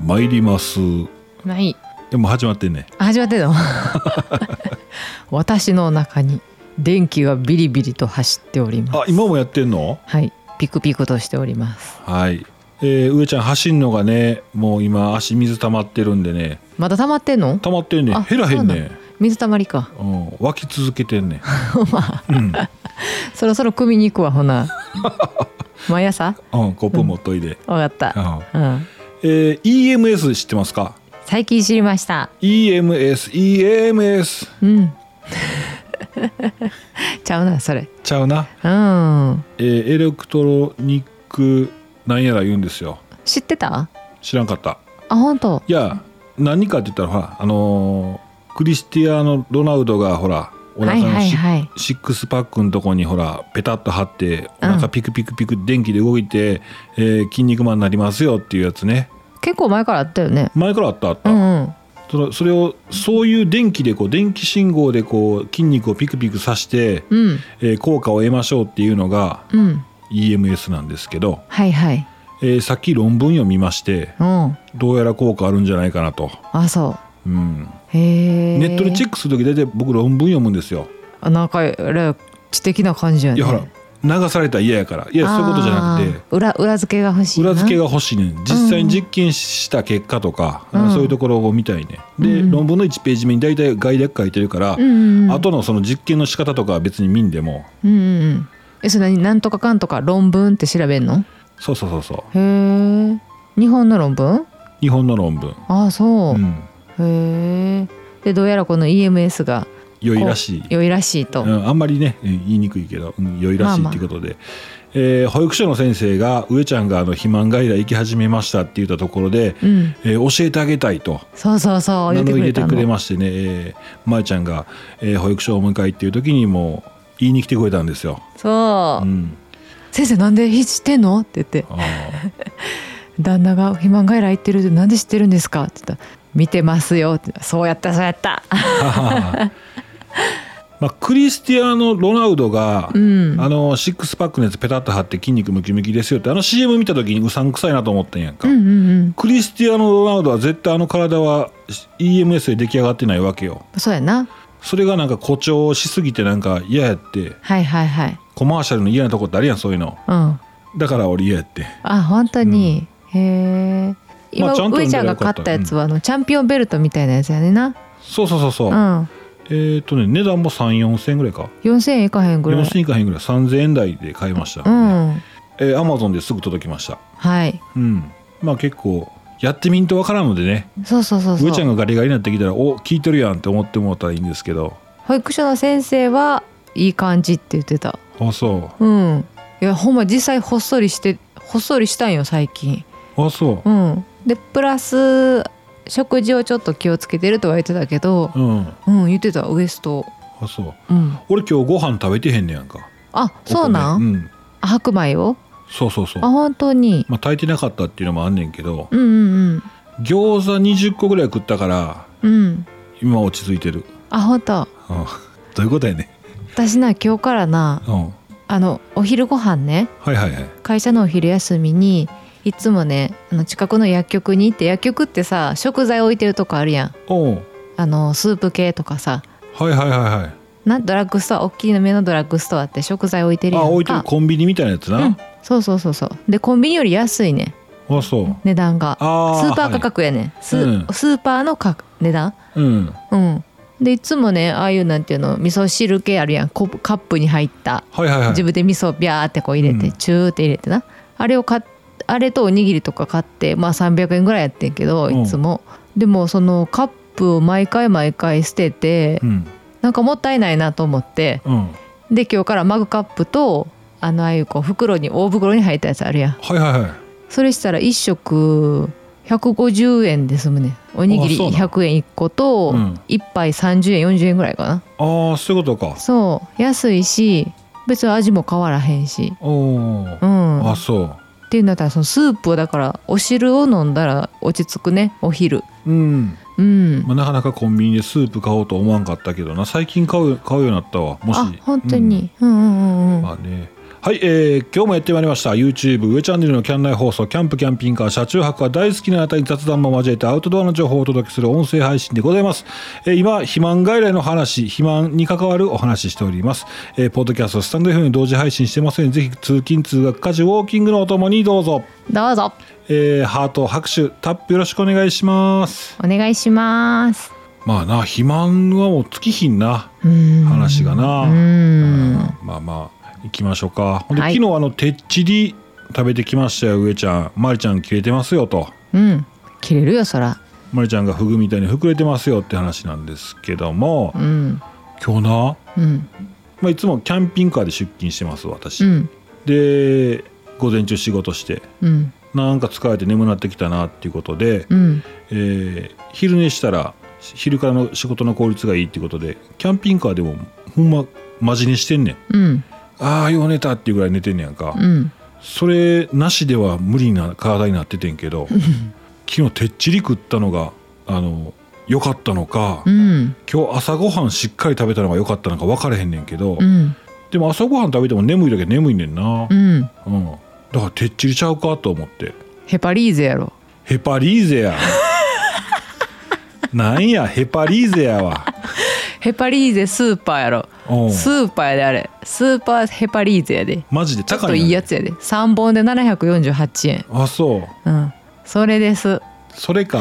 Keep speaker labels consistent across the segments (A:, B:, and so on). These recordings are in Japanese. A: 参ります。
B: ない
A: でもう始まってんね。
B: あ始 まってんの私の中に電気がビリビリと走っております
A: あ、今もやってんの
B: はいピクピクとしております
A: はい。えー、上ちゃん走んのがね、もう今足水溜まってるんでね、
B: まだ溜まってんの
A: 溜まってんね
B: あ。
A: 減らへんね。
B: 水たまりか
A: うん、湧き続けてんね。
B: まあ
A: うん、
B: そろそろ組みに行くわ ほな毎朝
A: うん、コップ持っといで。
B: 分かった、
A: うん
B: うん、
A: えー、EMS 知ってますか
B: 最近知りました
A: ?EMS、EMS。
B: うん ちゃうなそれ
A: ちゃうな。
B: うん
A: えー、エレクトロニックなんやら言うんですよ。
B: 知ってた
A: 知らんかった。
B: あ本当
A: いや、何かって言ったら、ほら、あのークリスティアーノ・ロナウドが、ほら、お腹のシ,、
B: はいはいはい
A: シックスパックのとこに、ほら、ペタッと張って、お腹ピクピクピク、電気で動いて、えー筋肉マンになりますよっていうやつね。
B: 結構前からあったよね
A: 前からあったあった。
B: うんうん
A: そのそれを、そういう電気で、こう、電気信号で、こう、筋肉をピクピクさして、
B: うん
A: えー効果を得ましょうっていうのが、
B: うん
A: EMS なんですけど、
B: はいはい
A: えーさっき論文読みまして、
B: うん
A: どうやら効果あるんじゃないかなと。
B: あそ
A: う
B: う
A: ん。
B: へえ
A: ネットでチェックするとき大体僕論文読むんですよ。
B: あなんかあれ知的な感じやね
A: いやほら流されたら嫌やからいやそういうことじゃなくて
B: て裏裏付けが欲しいな
A: 裏付けが欲しいねん実際に実験した結果とか、
B: うん
A: そういうところを見たいねん
B: う
A: で、
B: ん
A: 論文の1ページ目に大体概略書いてるから、
B: うんうんうん
A: 後のその実験の仕方とかは別に見んでも
B: うんうんうんえそれ何なんとかかんとか論文って調べんの
A: そうそうそうそう
B: へえ日本の論文
A: 日本の論文、
B: ああそう
A: う、ん、
B: へえでどうやらこの EMS が
A: 良いらしい、
B: 良いらしいと、
A: うん、あんまりねうん言いにくいけど、うん良いらしい
B: まあまあ
A: っていうことで、えー保育所の先生が上ちゃんがあの肥満外来行き始めましたって言ったところで、
B: うん
A: えー教えてあげたいと。
B: そうそうそう
A: 名
B: 言って
A: 乗
B: く
A: り
B: れ
A: 出て
B: た
A: くれ
B: の
A: ましてね、えー、まえちゃんが、えー保育所をお迎えっていう時にもう言いに来てくれたんですよ。
B: そう、
A: うん、
B: 先生なんでしてんの?」って言って
A: あー
B: 旦那が肥満外来行ってるってなんで知ってるんですか?」って言ったら「見てますよ」って言ったそうやったそうやった」
A: まあ、クリスティアーノ・ロナウドが、
B: うん
A: あのシックスパックのやつペタッと貼って筋肉ムキムキですよってあの CM 見た時にうさんくさいなと思ったんやんか、
B: うんうんうん
A: クリスティアーノ・ロナウドは絶対あの体は EMS で出来上がってないわけよ
B: そうやな
A: それがなんか誇張しすぎてなんか嫌やって
B: はいはいはい
A: コマーシャルの嫌なとこってあるやんそういうの
B: うん
A: だから俺嫌やって
B: あ本当に、へえ今、
A: まあちゃんと読
B: 上
A: ん
B: ち
A: だ
B: ゃん
A: ら
B: が
A: よかった
B: 勝ったやつは、あのチャンピオンベルトみたいなやつやねんな
A: そうそうそうそう、
B: うん
A: えっ、とね値段も34000円ぐらいか
B: 4,000円いかへんぐらい
A: 4000円いかへんぐらい3000円台で買いました、
B: うん
A: えー、アマゾンですぐ届きました
B: はい
A: うんまあ結構やってみんとわからんのでね
B: そうそうそう
A: 上ち
B: そ
A: ゃんが
B: う
A: ガリガリになってきたらお聞いてるやんって思ってもらったらいいんですけど
B: 保育所の先生はいい感じって言ってた
A: あそ
B: うんいやほんま実際ほっそりしてほっそりしたんよ最近
A: うあそ
B: うんでプラス食事をちょっと気をつけてるとは言ってたけど
A: ううんあ
B: うん言ってたウエスト
A: そう
B: うん
A: 俺今日ご飯食べてへんねやんか
B: あそうな
A: お
B: ん
A: 米うん
B: 白米を
A: そうそうそう
B: あ本当に
A: まあ炊いてなかったっていうのもあんねんけど
B: うんうん
A: 餃子20個ぐらい食ったから
B: うんうん
A: 今落ち着いてる、
B: あ本当
A: うん、どういうことやね
B: 私な今日からな
A: うんは
B: あのお昼ご飯ね
A: いはいはい
B: 会社のお昼休みにいつもねあの近くの薬局に行って薬局ってさ食材置いてるとこあるやん
A: おう
B: あのスープ系とかさ
A: はいはいはいはい
B: なドラッグストア大きい目のドラッグストアって食材置いてるやん
A: あ
B: か
A: 置いてるコンビニみたいなやつ
B: うん
A: な、
B: そうそうそうそうでコンビニより安いね
A: あそう
B: 値段が
A: あ
B: スーパー価
A: か
B: 格やね、ス
A: うん
B: スーパーの価格値段
A: うん
B: うんでいつもねああいうなんていうの味噌汁系あるやんコップカップに入った
A: はいはいはい
B: 自分で味噌ビャーってこう入れて、
A: うん
B: チューって入れてなあれを買っあれとおにぎりとか買ってまあ300円ぐらいやってんけど
A: うん
B: いつも、でもそのカップを毎回毎回捨てて、
A: うん
B: なんかもったいないなと思って
A: うんは
B: で今日からマグカップとあのああいうこう袋に大袋に入ったやつあるやん
A: いはいはい
B: それしたら1食150円で済むねんおにぎ
A: あ
B: り
A: そうなの
B: 100円1個と
A: うん
B: 1杯30円40円ぐらいかな、
A: ああそういうことか
B: そう安いし別に味も変わらへんし
A: おおー、
B: うん
A: あそう
B: っていうんだったらそのスープをだからお汁を飲んだら落ち着くねお昼
A: うん、
B: うん、
A: まあ、なかなかコンビニでスープ買おうと思わんかったけどな最近買う買うようになったわもし
B: あ本当、に、うん、うんうん
A: う
B: うんん
A: まあねはい、えー今日もやってまいりました YouTube 上チャンネルのキャン内放送キャンプキャンピングカー車中泊が大好きなあなたに雑談も交えてアウトドアの情報をお届けする音声配信でございます、えー今肥満外来の話肥満に関わるお話ししております、えーポッドキャストスタンド FM に同時配信してますのでぜひ通勤通学家事ウォーキングのおともにどうぞ、
B: どうぞ
A: えーハート拍手タップよろしくお願いします
B: お願いします
A: まあな肥満はもう尽きひんな
B: うん
A: 話がな
B: うん
A: まあまあ行きましょうかほんで、
B: はい
A: 昨日あのてっちり食べてきましたよ上ちゃんまりちゃん切れてますよと
B: うん切れるよそら
A: まりちゃんがフグみたいに膨れてますよって話なんですけども
B: うん
A: 今日な、ま
B: うん
A: あ、いつもキャンピングカーで出勤してます私、
B: うん
A: で午前中仕事して
B: うん
A: なんか疲れて眠なってきたなっていうことで、
B: うん
A: えー昼寝したら昼からの仕事の効率がいいっていうことでキャンピングカーでもほんまマジ寝してんねん
B: うん
A: ああよう寝たっていうぐらい寝てんねやんか、
B: うん
A: それなしでは無理な体になっててん けど昨日てっちり食ったのがあの良かったのか、
B: うん
A: 今日朝ごはんしっかり食べたのが良かったのか分からへんねんけど、
B: うん
A: でも朝ごはん食べても眠いだけ眠いねんな、
B: うん
A: うんだからてっちりちゃうかと思って
B: ヘパリーゼやろ
A: ヘパリーゼや なんやヘパリーゼやわ
B: ヘパリーゼスーパーやろ
A: うん
B: スーパーやであれスーパーヘパリーゼやで
A: マジで
B: ちょっ
A: 高
B: と
A: い
B: いい
A: や
B: やつやで3本で748円
A: あそう
B: うんそれです
A: それか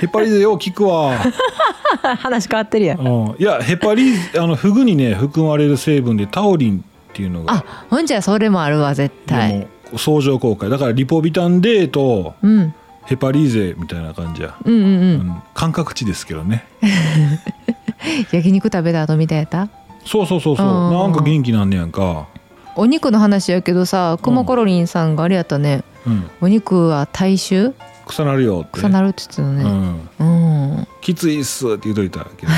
A: ヘパリーゼよう聞くわ
B: 話変わってるやん
A: うん、いやヘパリンあのフグにね含まれる成分でタオリンっていうのが
B: あほんじゃそれもあるわ絶対
A: でも相乗効果だからリポビタン D と
B: うんうん
A: ヘパリーゼみたいな感じや、
B: うんう
A: うんん感覚値ですけどね
B: 焼肉食べた後みたいやった
A: そうそうそうそう
B: うんうんうん
A: なんか元気なんねやんか、
B: お肉の話やけどさクマコロリンさんがあれやったね、
A: うん、
B: お肉は大衆
A: 臭なるよって
B: 臭なるって言ってたの
A: う
B: ね
A: ん、
B: うん、
A: きついっすって言うといたけど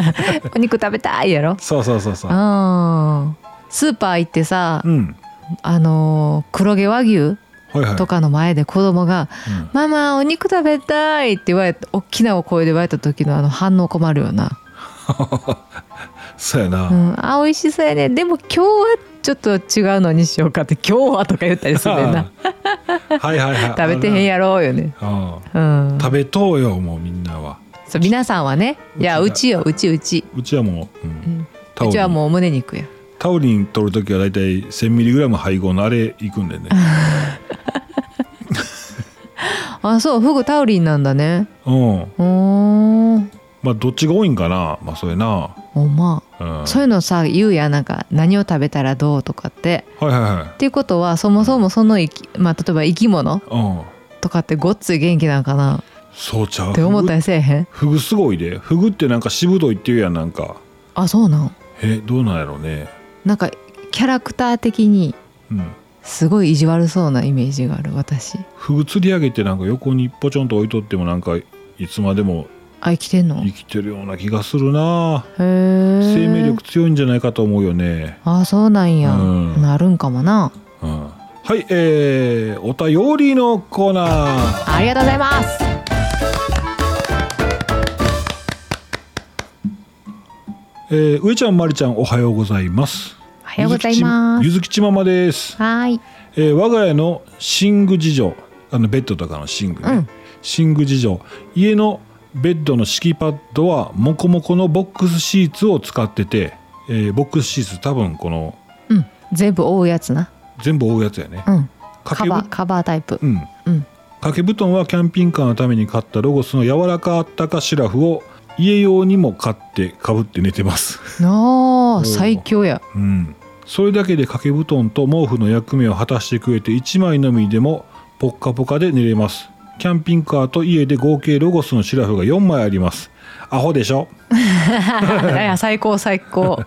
A: ね
B: お肉食べたいやろ
A: そうそうそうそう
B: うんスーパー行ってさ、
A: うん
B: あのー黒毛和牛
A: はいはい
B: とかの前で子供が「ママお肉食べたい」って言われた大きなお声で言われた時のあの反応困るよな
A: うん、そうやな、
B: 「うん、あ美味しそうやねでも今日はちょっと違うのにしようか」って「今日は」とか言ったりするねんな
A: はいはいはい
B: 食べてへんやろうよね
A: ああ
B: うん
A: 食べとうよもうみんなは
B: そう皆さんはねいや
A: う
B: う
A: ち
B: ちようちうち
A: うちはもう、うん
B: うん
A: タオ
B: う
A: ル
B: ちはもう胸肉や
A: タオリン取るときはだいたい 1000mg 配合のあれいくんでね。
B: あそうフグタウリンなんだね
A: うん。
B: うーん
A: まあどっちが多いんかな。まあそれな。
B: おま
A: うん。は
B: あ
A: い
B: そういうのさ言うやんなんか何を食べたらどうとかって
A: はいは
B: っていうことはそもそもその生き、まあ、例えば生き物
A: い。うん。
B: とかってごっつい元気なんかな
A: そうちゃう。
B: って思ったりせえへん
A: フグ。フグすごいで。フグってなんかしぶといっていうやんなんか。
B: あそうなん
A: えどうなんやろうね。
B: なんかキャラクター的に
A: うん。
B: すごい意地悪そうなイメージがある私
A: フグ釣り上げてなんか横にポチョンと置いとってもなんかいつまでも
B: あ生きてんのへ
A: 生きてるような気がするな。
B: え
A: 生
B: 生
A: 命力強いんじゃないかと思うよね。
B: あそうなんや、
A: うん
B: なるんかもな
A: うん。はい、えー、お便りのコーナー。
B: ありがとうございます
A: えー、上ちゃんまりちゃんおはようございます
B: おはようございます
A: ゆずきちままです、
B: はーい
A: えー、我が家の寝具事情あのベッドとかの寝具
B: う
A: ね
B: ん、
A: 寝具事情家のベッドの敷きパッドはモコモコのボックスシーツを使ってて、えー、ボックスシーツ多分この
B: うん全部覆うやつな
A: 全部覆うやつやね
B: うん
A: 掛
B: カ
A: け
B: バ
A: ぶ
B: ーカバータイプ
A: うん
B: うん
A: 掛け布団はキャンピングカーのために買ったロゴスの柔らかあったかシラフを家用にも買ってかぶって寝てます
B: あ
A: お
B: あ最強 や
A: うん、それだけで掛け布団と毛布の役目を果たしてくれて1枚のみでもポッカポカで寝れますキャンピングカーと家で合計ロゴスのシラフが4枚ありますアホでしょ
B: いや最高最高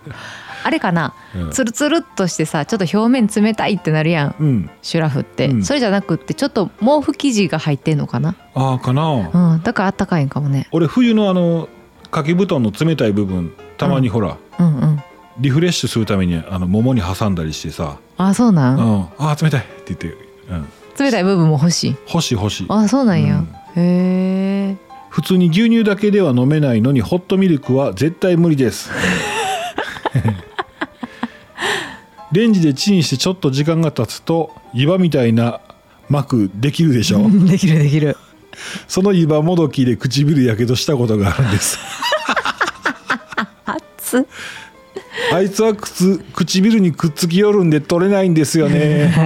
B: あれかな、
A: うん
B: つるつるっとしてさちょっと表面冷たいってなるやん
A: うん
B: シュラフって、
A: うん
B: それじゃなくってちょっと毛布生地が入ってんのかな、
A: ああかな、
B: うん、だからあったかいんかもね
A: 俺冬のあの掛け布団の冷たい部分たまにほら、
B: うんうん
A: リフレッシュするためにあの桃に挟んだりしてさ
B: あーそ
A: 「
B: うな
A: うん
B: ん
A: ああ冷たい」って言って「うん、
B: 冷たい部分も欲しい
A: 欲しい欲しい」
B: あーそうなんや、へえ
A: 普通に牛乳だけでは飲めないのにホットミルクは絶対無理ですレンジでチンしてちょっと時間が経つと湯葉みたいな膜できるでしょ
B: うんできるできる
A: その湯葉もどきで唇やけどしたことがあるんです
B: 熱っ
A: あいつはくつ唇にくっつきよるんで取れないんですよね
B: 危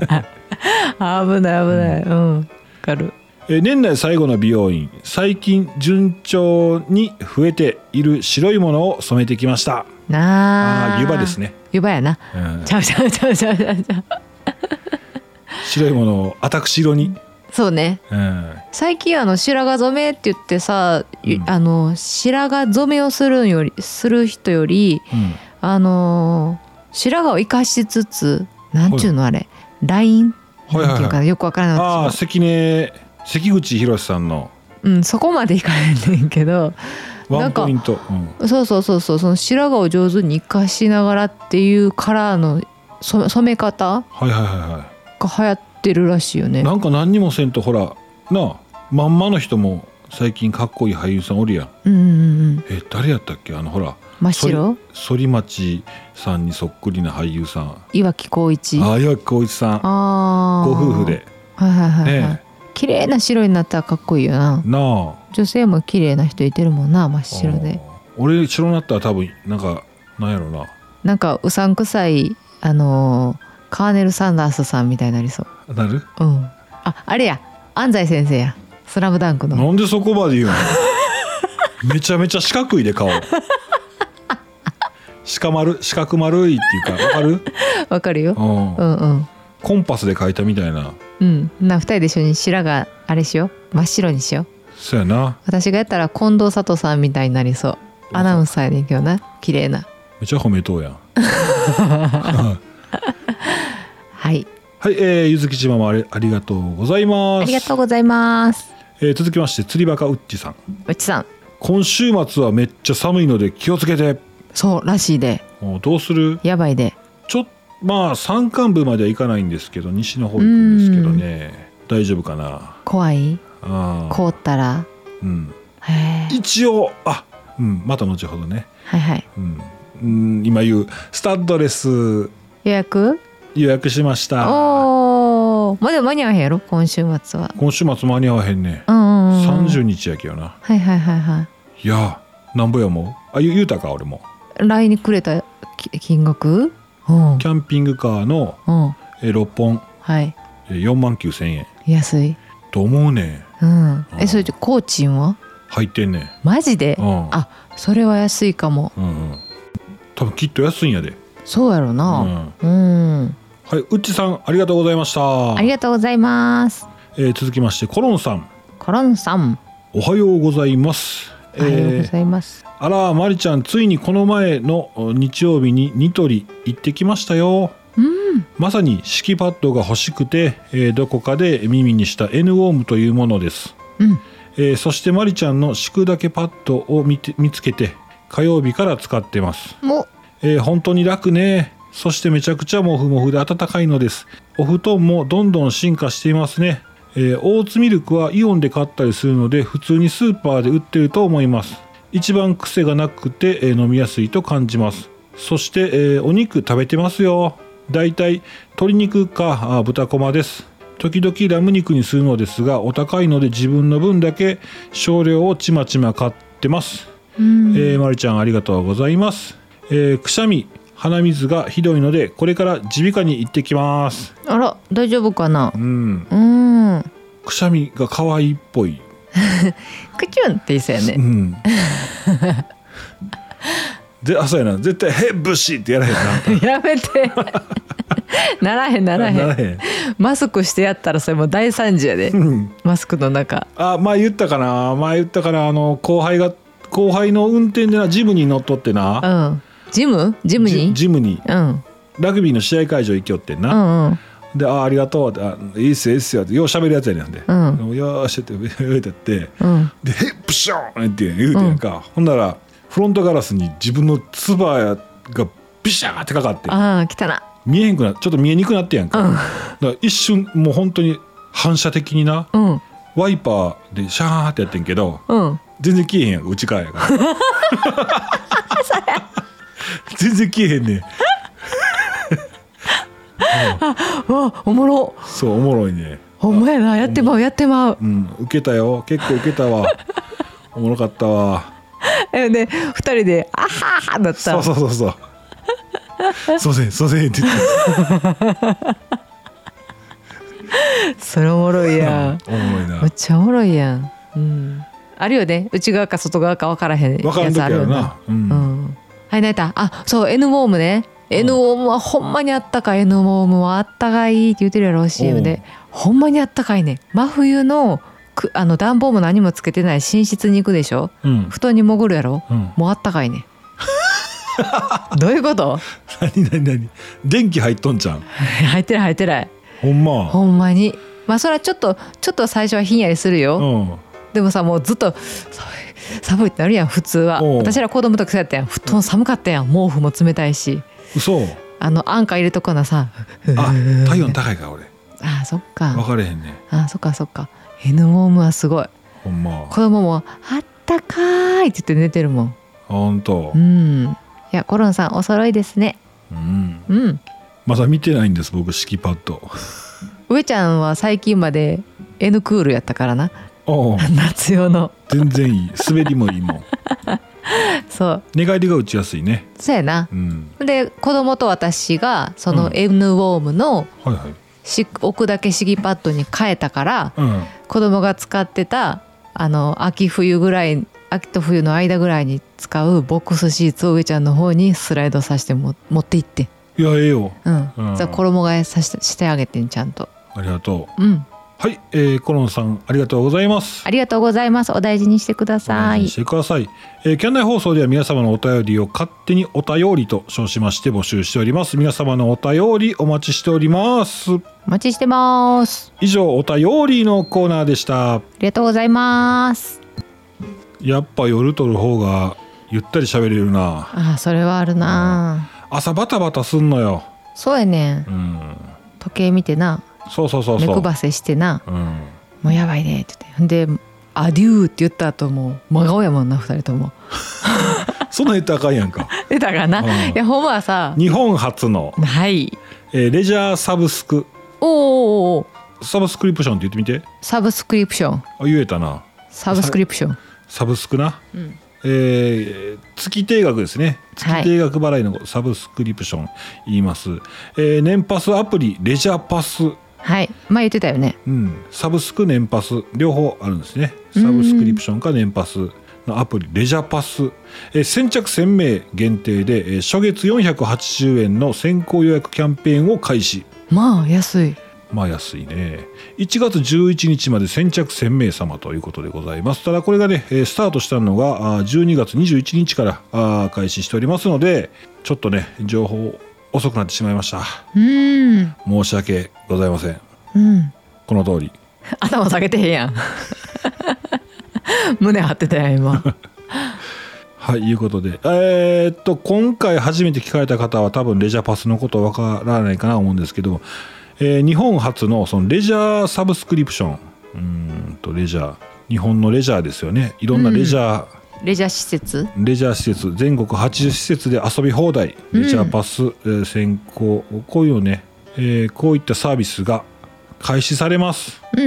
B: ない危ないうんわかる
A: え年内最後の美容院最近順調に増えている白いものを染めてきました
B: な
A: あー湯葉ですね
B: 湯葉やな
A: うん
B: ちゃうちゃうちゃうちゃうちゃうちゃう
A: 白いものを私色に、
B: そうね
A: うん、
B: 最近あの白髪染めって言ってさ、ゆ
A: うん
B: あの白髪染めをするんよりする人より
A: うん
B: あのー白髪を生かしつつなんちゅうのあれラインって
A: はいはいはい
B: いうかよくわからない
A: ああ関根関口宏さんの
B: うん、そこまでいかへんねんけど
A: ワ
B: な
A: ン
B: んか
A: ポイント、うん
B: そうそうそうそうその白髪を上手に生かしながらっていうカラーの染め染め方
A: はいはいはいは
B: が流行ってるらしいよ
A: い
B: ね
A: なんか何にもせんとほらなあまんまの人も最近かっこいい俳優さんおるやん
B: うんうんうん
A: え誰やったっけあのほら
B: 真っ白
A: 反反町さんにそっくりな俳優さんあ
B: 岩木光一
A: あ岩城浩一さん
B: あー
A: ご夫婦で
B: はいはいはい、はい
A: ね
B: 綺麗な白になったらかっこいいよな
A: なあ
B: 女性も綺麗な人いてるもんな真っ白で
A: あー俺白になったら多分なんかなんやろな
B: なんかうさんくさいあのーカーネル・サンダースさんみたいになりそう
A: なる
B: うんああれや安西先生や「スラムダンクの
A: なんでそこまで言う のめちゃめちゃ四角いで顔四角丸四角丸いっていうかわかる、
B: わかるよ
A: うん
B: うんうん
A: コンパスで描いたみたいな
B: うんな二人で一緒に白があれしよう真っ白にしよう
A: そうやな
B: 私がやったら近藤佐藤さんみたいになりそうアナウンサーやねんけどな綺麗な
A: めちゃ褒めとうやん
B: はい
A: はい、えー、ゆずきちママありありがとうございます
B: ありがとうございます
A: えー続きまして釣りバカウッチさん
B: うちさん
A: 今週末はめっちゃ寒いので気をつけて
B: そうらしいで
A: もうどうする
B: やばいで
A: ちょっまあ山間部までは行かないんですけど西の方行くんですけどね大丈夫かな
B: 怖い
A: あー
B: 凍ったら
A: うん
B: へえ
A: 一応あうんまた後ほどね、
B: はいはい
A: うん、うん今言うスタッドレス
B: 予約
A: 予約しました
B: おおまだ間に合わへんやろ今週末は
A: 今週末間に合わへんね
B: うんうん、うん、
A: 30日やけよな
B: はいはいはいはい
A: やなんぼやもうあ言う言うたか俺も
B: い来にくれたき金額うん
A: キャンピングカーの
B: うん
A: え6本
B: はい
A: え4万9000円
B: 安い
A: と思うね
B: うん
A: うん
B: えそれで工賃は
A: 入ってんね
B: マジで
A: うん
B: あそれは安いかも
A: うんうん多分きっと安いんやで
B: そうやろ
A: うん
B: な
A: は
B: うん、
A: いうっちさんありがとうございました
B: ありがとうございます
A: えー続きましてコロンさん
B: コロンさん
A: おはようございます
B: おはようございます、
A: あらまりちゃんついにこの前の日曜日にニトリ行ってきましたよ
B: うん
A: まさに敷きパッドが欲しくて、えーどこかで耳にした N ウォームというものです、
B: うん
A: えーそしてまりちゃんの敷くだけパッドを見て見つけて火曜日から使ってます、
B: も
A: えー本当に楽ねそしてめちゃくちゃモフモフで暖かいのですお布団もどんどん進化していますね、えーオーツミルクはイオンで買ったりするので普通にスーパーで売ってると思います一番癖がなくて、えー飲みやすいと感じますそして、えーお肉食べてますよだいたい鶏肉かあ豚こまです時々ラム肉にするのですがお高いので自分の分だけ少量をちまちま買ってます
B: うん、
A: えー、まるちゃんありがとうございます、えーくしゃみ鼻水がひどいのでこれから耳鼻科に行ってきます
B: あら大丈夫かな
A: うん
B: うん
A: くしゃみが可愛いっぽい、
B: クチュンって言いそうや
A: う
B: ね
A: んであそうやな絶対「へっぶし!」ってやらへんな
B: やめ てならへんならへん
A: ならへん
B: マスクしてやったらそれもう大惨事やで
A: うん
B: マスクの中
A: あ前言ったかな前言ったかなあの後輩が後輩の運転でなジムに乗っとって
B: う
A: なん
B: ジムジムに
A: ジジムに
B: うん
A: ラグビーの試合会場行きよってん
B: う
A: な、
B: んうん
A: で「あありがとう」ってあ「いいっすよいいっすよ」ってよう喋るやつやねんほんで「
B: うん
A: でもよーし」って 言うてって
B: うん
A: で「ヘップショーン!」って言うてんやんか、ほんならフロントガラスに自分の唾がビシャーってかかって
B: ああ来たな
A: 見えへんくなちょっと見えにくなってやんか,、
B: うん
A: だから一瞬もう本当に反射的にな
B: うん
A: ワイパーでシャーってやってんけど
B: うん
A: 全然消えへんやんか内側や から 全然消えへんねん
B: わおもろ
A: そうおもろいね
B: ほんまやなやってまうやってまう
A: うん受けたよ結構受けた わおもろかったわ
B: えで2人で「あはは」だった
A: そうそうそうそう すいませんすいませんって言って
B: それおもろいやん
A: おもろい
B: め
A: な
B: っちゃおもろいやん、うん、あるよね内側か外側か分からへん
A: 分か
B: や
A: る
B: つ
A: 時
B: あ
A: あ
B: るよ
A: る
B: な
A: なう、
B: うんん、はい泣いたあそう N ウォームね N ウォームはほんまにあったかい N ウォームはあったかいって言ってるやろ CM でほんまにあったかいね真冬のくあの暖房も何もつけてない寝室に行くでしょ
A: うん
B: 布団に潜るやろ
A: うん、
B: もうあったかい ねどういうこと
A: 何何何電気入っとんじゃん
B: 入ってない入ってない
A: ほんま
B: ほんまにまあそれはちょっとちょっと最初はひんやりするよ、
A: うん
B: でもさもうずっと寒い寒いってなるやん普通は
A: おう
B: 私ら子供とかそうやったやん布団寒かったやん毛布も冷たいし
A: 嘘
B: あの安価入れとこなさ
A: あ体温高いから俺
B: あそっ
A: 分
B: か
A: かれへんね
B: あそっかそっか N ウォームはすごい
A: ほんま
B: 子供も「あったかーい」って言って寝てるもん
A: ほんと
B: うんいやコロンさんお揃いですね
A: うん
B: うん
A: まだ見てないんです僕敷きパッド
B: 上ちゃんは最近まで N クールやったからな
A: ああ
B: 夏用の
A: 全然いい滑りもいいもん
B: そう
A: 寝返りが打ちやすいね
B: そうやな
A: うん
B: で子供と私がそうの
A: ん
B: N ウォームの、
A: はいはい
B: し置くだけシギパッドに変えたから
A: うん
B: 子供が使ってたあの秋冬ぐらい秋と冬の間ぐらいに使うボックスシーツを上ちゃんの方にスライドさせても持って行って
A: いやええよ
B: うん、
A: うん
B: じゃあ衣替えさせてしてあげてんちゃんと
A: ありがとう
B: うん
A: はい、えー、コロンさんありがとうございます
B: ありがとうございますお大事にしてくださ
A: お願
B: い
A: いしてください、えー、キャンナイ放送では皆様のお便りを勝手にお便りと称しまして募集しております皆様のお便りお待ちしております
B: お待ちしてます
A: 以上お便りのコーナーでした
B: ありがとうございます
A: やっぱ夜撮る方がゆったり喋れるな
B: あーそれはあるな
A: 朝バタバタすんのよ
B: そうやねん
A: うん
B: 時計見てな
A: そうそうそう
B: 目
A: そう
B: 配せしてな
A: うん
B: もうやばいねって言ってで「アデュー」って言った後もう真顔やもんな二人と も。
A: そんなん言ったらあかんやんか
B: でだからな、
A: うん
B: いやほんまはさ
A: 日本初の、
B: はい
A: えーレジャーサブスク
B: おーおーおー
A: サブスクリプションって言ってみて
B: サブスクリプション
A: あ言えたな
B: サブスクリプション、
A: サブスクな
B: うん、
A: えー月定額ですね
B: はい
A: 月定額払いのサブスクリプション言います、えー年パスアプリレジャーパス、
B: はい前言ってたよね
A: うん、サブスク年パス両方あるんですねサブスクリプションか年パスのアプリレジャーパス、えー先着1000名限定で、えー初月480円の先行予約キャンペーンを開始
B: まあ安い
A: まあ安いね1月11日まで先着1000名様ということでございますただこれがねえースタートしたのがあー12月21日からあー開始しておりますのでちょっとね情報遅くなってしまいました
B: うーん
A: 申し訳ございません
B: うん
A: この通り
B: 頭下げてへんや ん胸張ってたやん今
A: はいいうことでえーっと今回初めて聞かれた方は多分レジャーパスのことわからないかな思うんですけど、えー日本初のそのレジャーサブスクリプションうーんとレジャー日本のレジャーですよねいろんなレジャー、
B: レジャー施設
A: レジャー施設全国80施設で遊び放題
B: うん
A: レジャーパス、えー先行こういうのね、えーこういったサービスが開始されます、
B: うん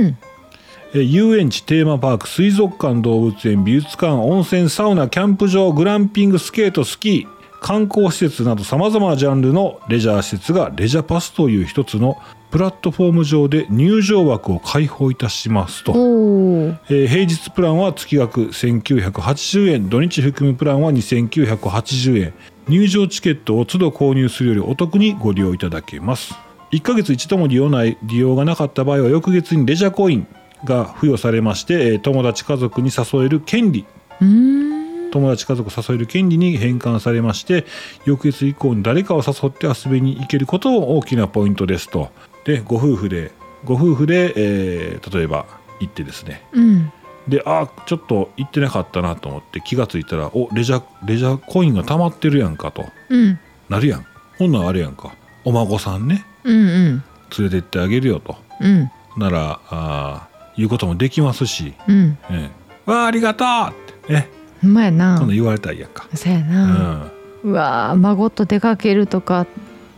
A: えー遊園地テーマパーク水族館動物園美術館温泉サウナキャンプ場グランピングスケートスキー観光施設などさまざまなジャンルのレジャー施設がレジャーパスという一つのプラットフォーム上で入場枠を開放いたしますと
B: おお
A: えー平日プランは月額1980円土日含むプランは2980円入場チケットを都度購入するよりお得にご利用いただけます1ヶ月一度も利用ない利用がなかった場合は翌月にレジャーコインが付与されましてえー友達家族に誘える権利
B: うーん
A: 友達家族を誘える権利に返還されまして翌月以降に誰かを誘って遊びに行けることも大きなポイントですとでご夫婦でご夫婦で、えー例えば行ってですね
B: うん
A: であーちょっと行ってなかったなと思って気がついたらおレジャーレジャーコインが溜まってるやんかと
B: うん
A: なるやんほんなんあれやんかお孫さんね
B: うんうん
A: 連れてってあげるよと
B: うん
A: ならあー言うこともできますし、
B: うん
A: ええわあありがとうってね
B: ほんまやな
A: 今度言われたいやんか、
B: そうや
A: う
B: な、
A: ん
B: うわー孫と出かけるとか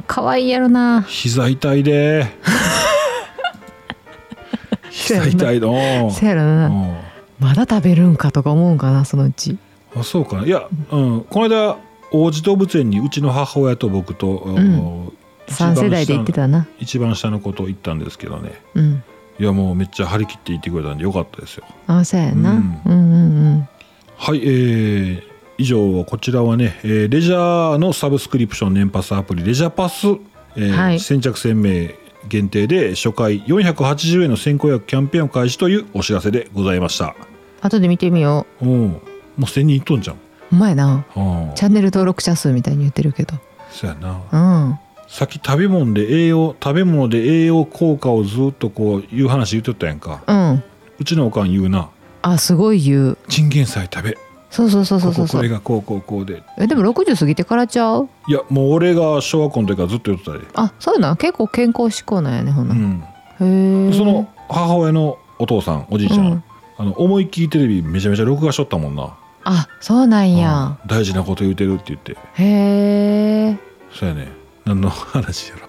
B: 可愛いやろな
A: 膝痛いで膝痛いの
B: せやろな、
A: うん
B: まだ食べるんかとか思うんかなそのうち
A: あそうかないや、うん、この間王子動物園にうちの母親と僕と、
B: ん
A: 一番
B: 3
A: 下の
B: 世代で言ってたな
A: 一番下の子と行ったんですけどね
B: うん
A: いやもうめっちゃ張り切って行ってくれたんでよかったですよ
B: あそうやな、
A: う
B: うんん、うんうん
A: はいえー以上こちらはね、えーレジャーのサブスクリプション年パスアプリレジャパス、えー
B: はい
A: 先着1000名限定で初回480円の先行予約キャンペーンを開始というお知らせでございました
B: 後で見てみよ
A: うんもう1000人いっとんじゃん
B: うほんまやな
A: うん
B: チャンネル登録者数みたいに言ってるけど
A: そうやな
B: うん
A: さっき食べ物で栄養食べ物で栄養効果をずっとこう言う話言っとったやんか
B: うん
A: うちのおかん言うな
B: あすごい言う
A: チンゲン菜食べ
B: そうそうそうそうそ
A: こここ
B: うそう
A: れがこうこうこうで
B: えでも60過ぎてからちゃう
A: いやもう俺が小学校の時からずっと言ってたで、
B: あそうなん結構健康志向なんやねほな、
A: う
B: へ
A: ん、
B: え
A: その母親のお父さんおじいちゃん、あの思いっきりテレビめちゃめちゃ録画しとったもんな
B: あそうなんや、
A: うん大事なこと言うてるって言って
B: へえ
A: そうやね何の話やろ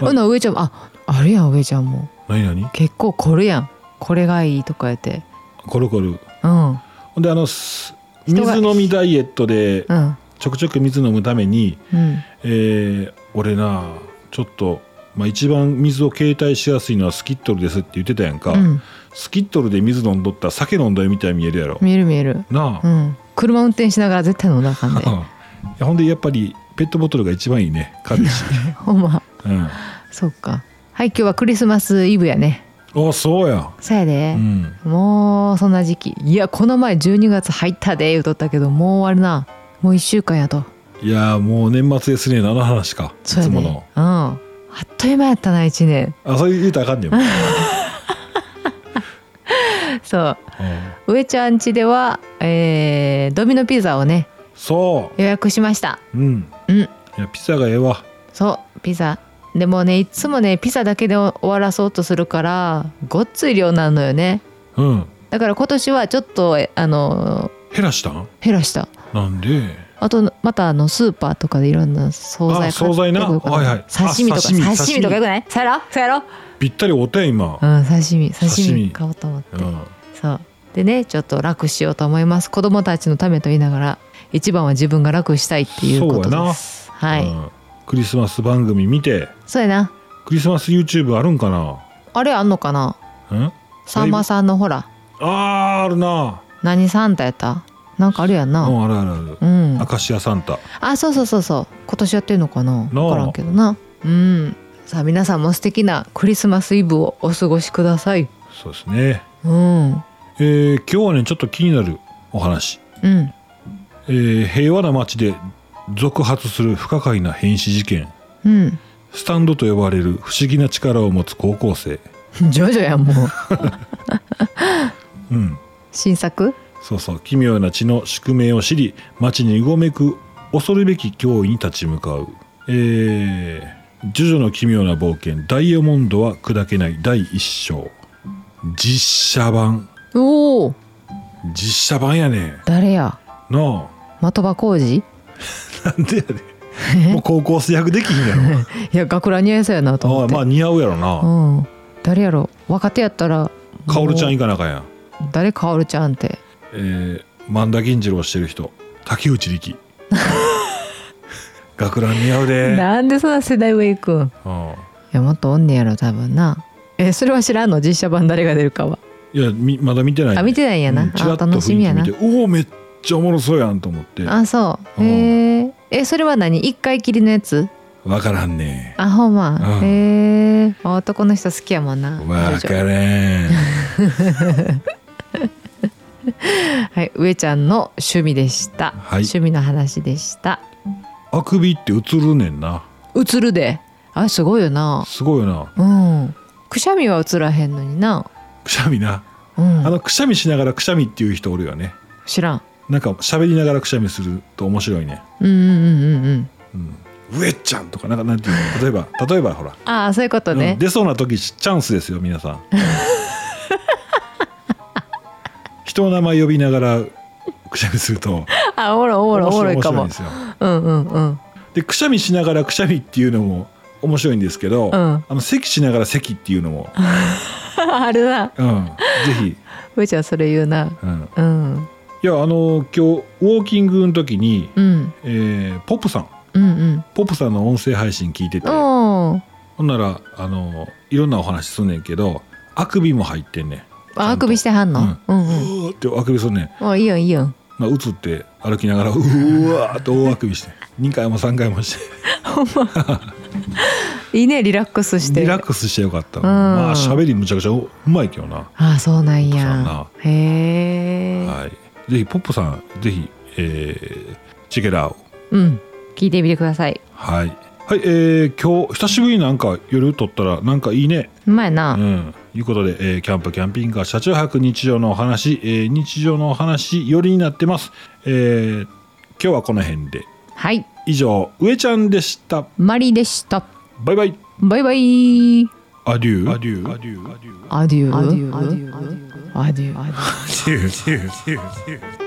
B: ほな上ちゃんもああるやん上ちゃんも
A: 何何
B: 結構凝るやんこれがいいとか言って
A: コロコロ
B: うんうん
A: ほんであのす
B: 人が
A: 水飲みダイエットで
B: うん
A: ちょくちょく水飲むために
B: うん
A: えー俺なちょっと、まあ、一番水を携帯しやすいのはスキットルですって言ってたやんか、スキットルで水飲んどったら酒飲んだよみたいに見えるやろ、
B: 見える見える
A: な
B: う
A: あ、
B: ん車運転しながら絶対飲んだらあかん
A: い
B: で
A: やほんでやっぱりペットボトルが一番いいね軽 いし、
B: ほんま
A: うん、
B: そうかはい今日はクリスマスイブやね
A: あそうや、
B: そや
A: う
B: で、
A: ん、
B: もうそんな時期いやこの前12月入ったで言うとったけどもう終わるなもう1週間やと
A: いやもう年末ですねあの話かい
B: そう
A: つ
B: やで
A: も
B: うん
A: の
B: あっという間やったな1年
A: あそれ言うたらあかんねん、うん
B: そう上ちゃん家では、えードミノピザをね
A: そ
B: 予約しました
A: ううん
B: うん
A: いやピザがええわ
B: そうピザでもねいつもねピザだけで終わらそうとするからごっつい量なのよね
A: うん
B: だから今年はちょっとえあの
A: 減らしたん
B: 減らした
A: なんで
B: あとまたあのスーパーとかでいろんな惣菜
A: あ惣菜な
B: 買ってこようか
A: はいはい
B: 刺身とか
A: あ刺身
B: 刺身とかよくないそうやろそうやろ
A: ぴったりおてん今、
B: うん刺身刺
A: 刺身
B: 身買おうと思って、
A: うん
B: そうでねちょっと楽しようと思います子供たちのためと言いながら一番は自分が楽したいっていうことですはい、
A: うんクリスマス番組見て
B: そうやな
A: クリスマス YouTube あるんかな
B: あれあんのかなんさんまさんのほら
A: あーあるな
B: 何サンタやったなんかあるやん
A: う
B: な、
A: んあるあるある、
B: うん、
A: アカシアサンタ
B: あそうそうそうそう今年やってんのか
A: な
B: な
A: あ
B: 分からんけどなうんさあ皆さんも素敵なクリスマスイブをお過ごしください
A: そうですね
B: うん
A: えー今日はねちょっと気になるお話、
B: うん
A: えー平和な街で続発する不可解な変死事件
B: うん
A: スタンドと呼ばれる不思議な力を持つ高校生
B: ジョジョやんもう
A: うん
B: 新作
A: そうそう奇妙な血の宿命を知り街にうごめく恐るべき脅威に立ち向かうえージョジョの奇妙な冒険ダイヤモンドは砕けない第一章実写版
B: おお
A: 実写版やね
B: 誰や
A: な
B: 的場浩二
A: あなんでやねんもう高校生役できひんやろ
B: いや学ラン似合いそうやなと
A: あ
B: 思
A: あ
B: って
A: まあ似合うやろな
B: うん誰やろ若手やったら
A: カオルちゃん
B: も
A: 行かなあかんやん
B: う誰カオルちゃんって
A: えー、万田銀次郎してる人竹内 力学ラン似合うで、
B: なんでそんな世代上行くん
A: うん
B: いやもっとおんねやろ多分なえそれは知らんの実写版誰が出るかは、
A: いやみまだ見てない、ね、
B: あ見てないんやな、
A: うんちら
B: あ
A: っと
B: 楽しみやな
A: 雰囲気見ておおめっちゃおもろそうやんと思って
B: あそう
A: うん
B: へええそれは何一回きりのやつ
A: わからんね
B: あほんま
A: うん
B: へえ男の人好きやもんな
A: わ
B: ジョジョ
A: からん
B: はい上ちゃんの趣味でした、
A: はい
B: 趣味の話でした
A: あくびって映るねんな
B: 映るであすごいよな
A: すごいよな
B: うんくしゃみは映らへんのにな
A: くしゃみな、
B: う
A: あ
B: ん
A: のくしゃみしながらくしゃみっていう人おるよね
B: 知らん
A: なんか喋りながらくしゃみすると面白いね
B: うんうんうんうんうん
A: うん上ちゃんとかなんかなんていうの例えば例えばほら
B: ああそういうことね、
A: うん出そうな時チャンスですよ皆さん 人の名前呼びながらくしゃみすると
B: あおもろいおもろいおもろいかも
A: 面白んですよ
B: うんうんうん
A: でくしゃみしながらくしゃみっていうのも面白いんですけど、
B: ん
A: あの咳しながら咳っていうのも、
B: あるな
A: うん、ぜひ、
B: 上ちゃんそれ言うな
A: うん、
B: うん
A: いやあの今日ウォーキングの時に、
B: うん
A: えーポップさん
B: うん
A: ポップさんの音声配信聞いてて、
B: うんおー
A: ほんならあのいろんなお話すんねんけどあくびも入ってんねん
B: ああくびしてはんのうんうん
A: うわーってあくびすんねん
B: もういいよいいよ
A: まあ、うつって歩きながらうーわーっと大あくびして2回も3回もし
B: いいねリラックスしてて
A: リラックスしてよかった、
B: ん
A: まあ喋りむちゃくちゃうまいけどな、
B: ああそうなんや
A: そ
B: へえ、
A: はい、ぜひポップさんぜひ、えー、チェケラーを
B: うん聞いてみてください
A: はい、はいえー今日久しぶりになんか夜撮ったらなんかいいね
B: うまいな、
A: うん、いうことで、えーキャンプキャンピングカー車中泊日常のお話、えー日常のお話よりになってます、えー今日はこの辺で
B: はい
A: 以上上ちゃんでした
B: マリでした
A: バイバイ
B: バイバ
A: ア
B: イ
A: デューアデューアデューアデュー
B: アデュー
C: アデューアデューアデュー
B: アデュー
A: アデューアデューアデュー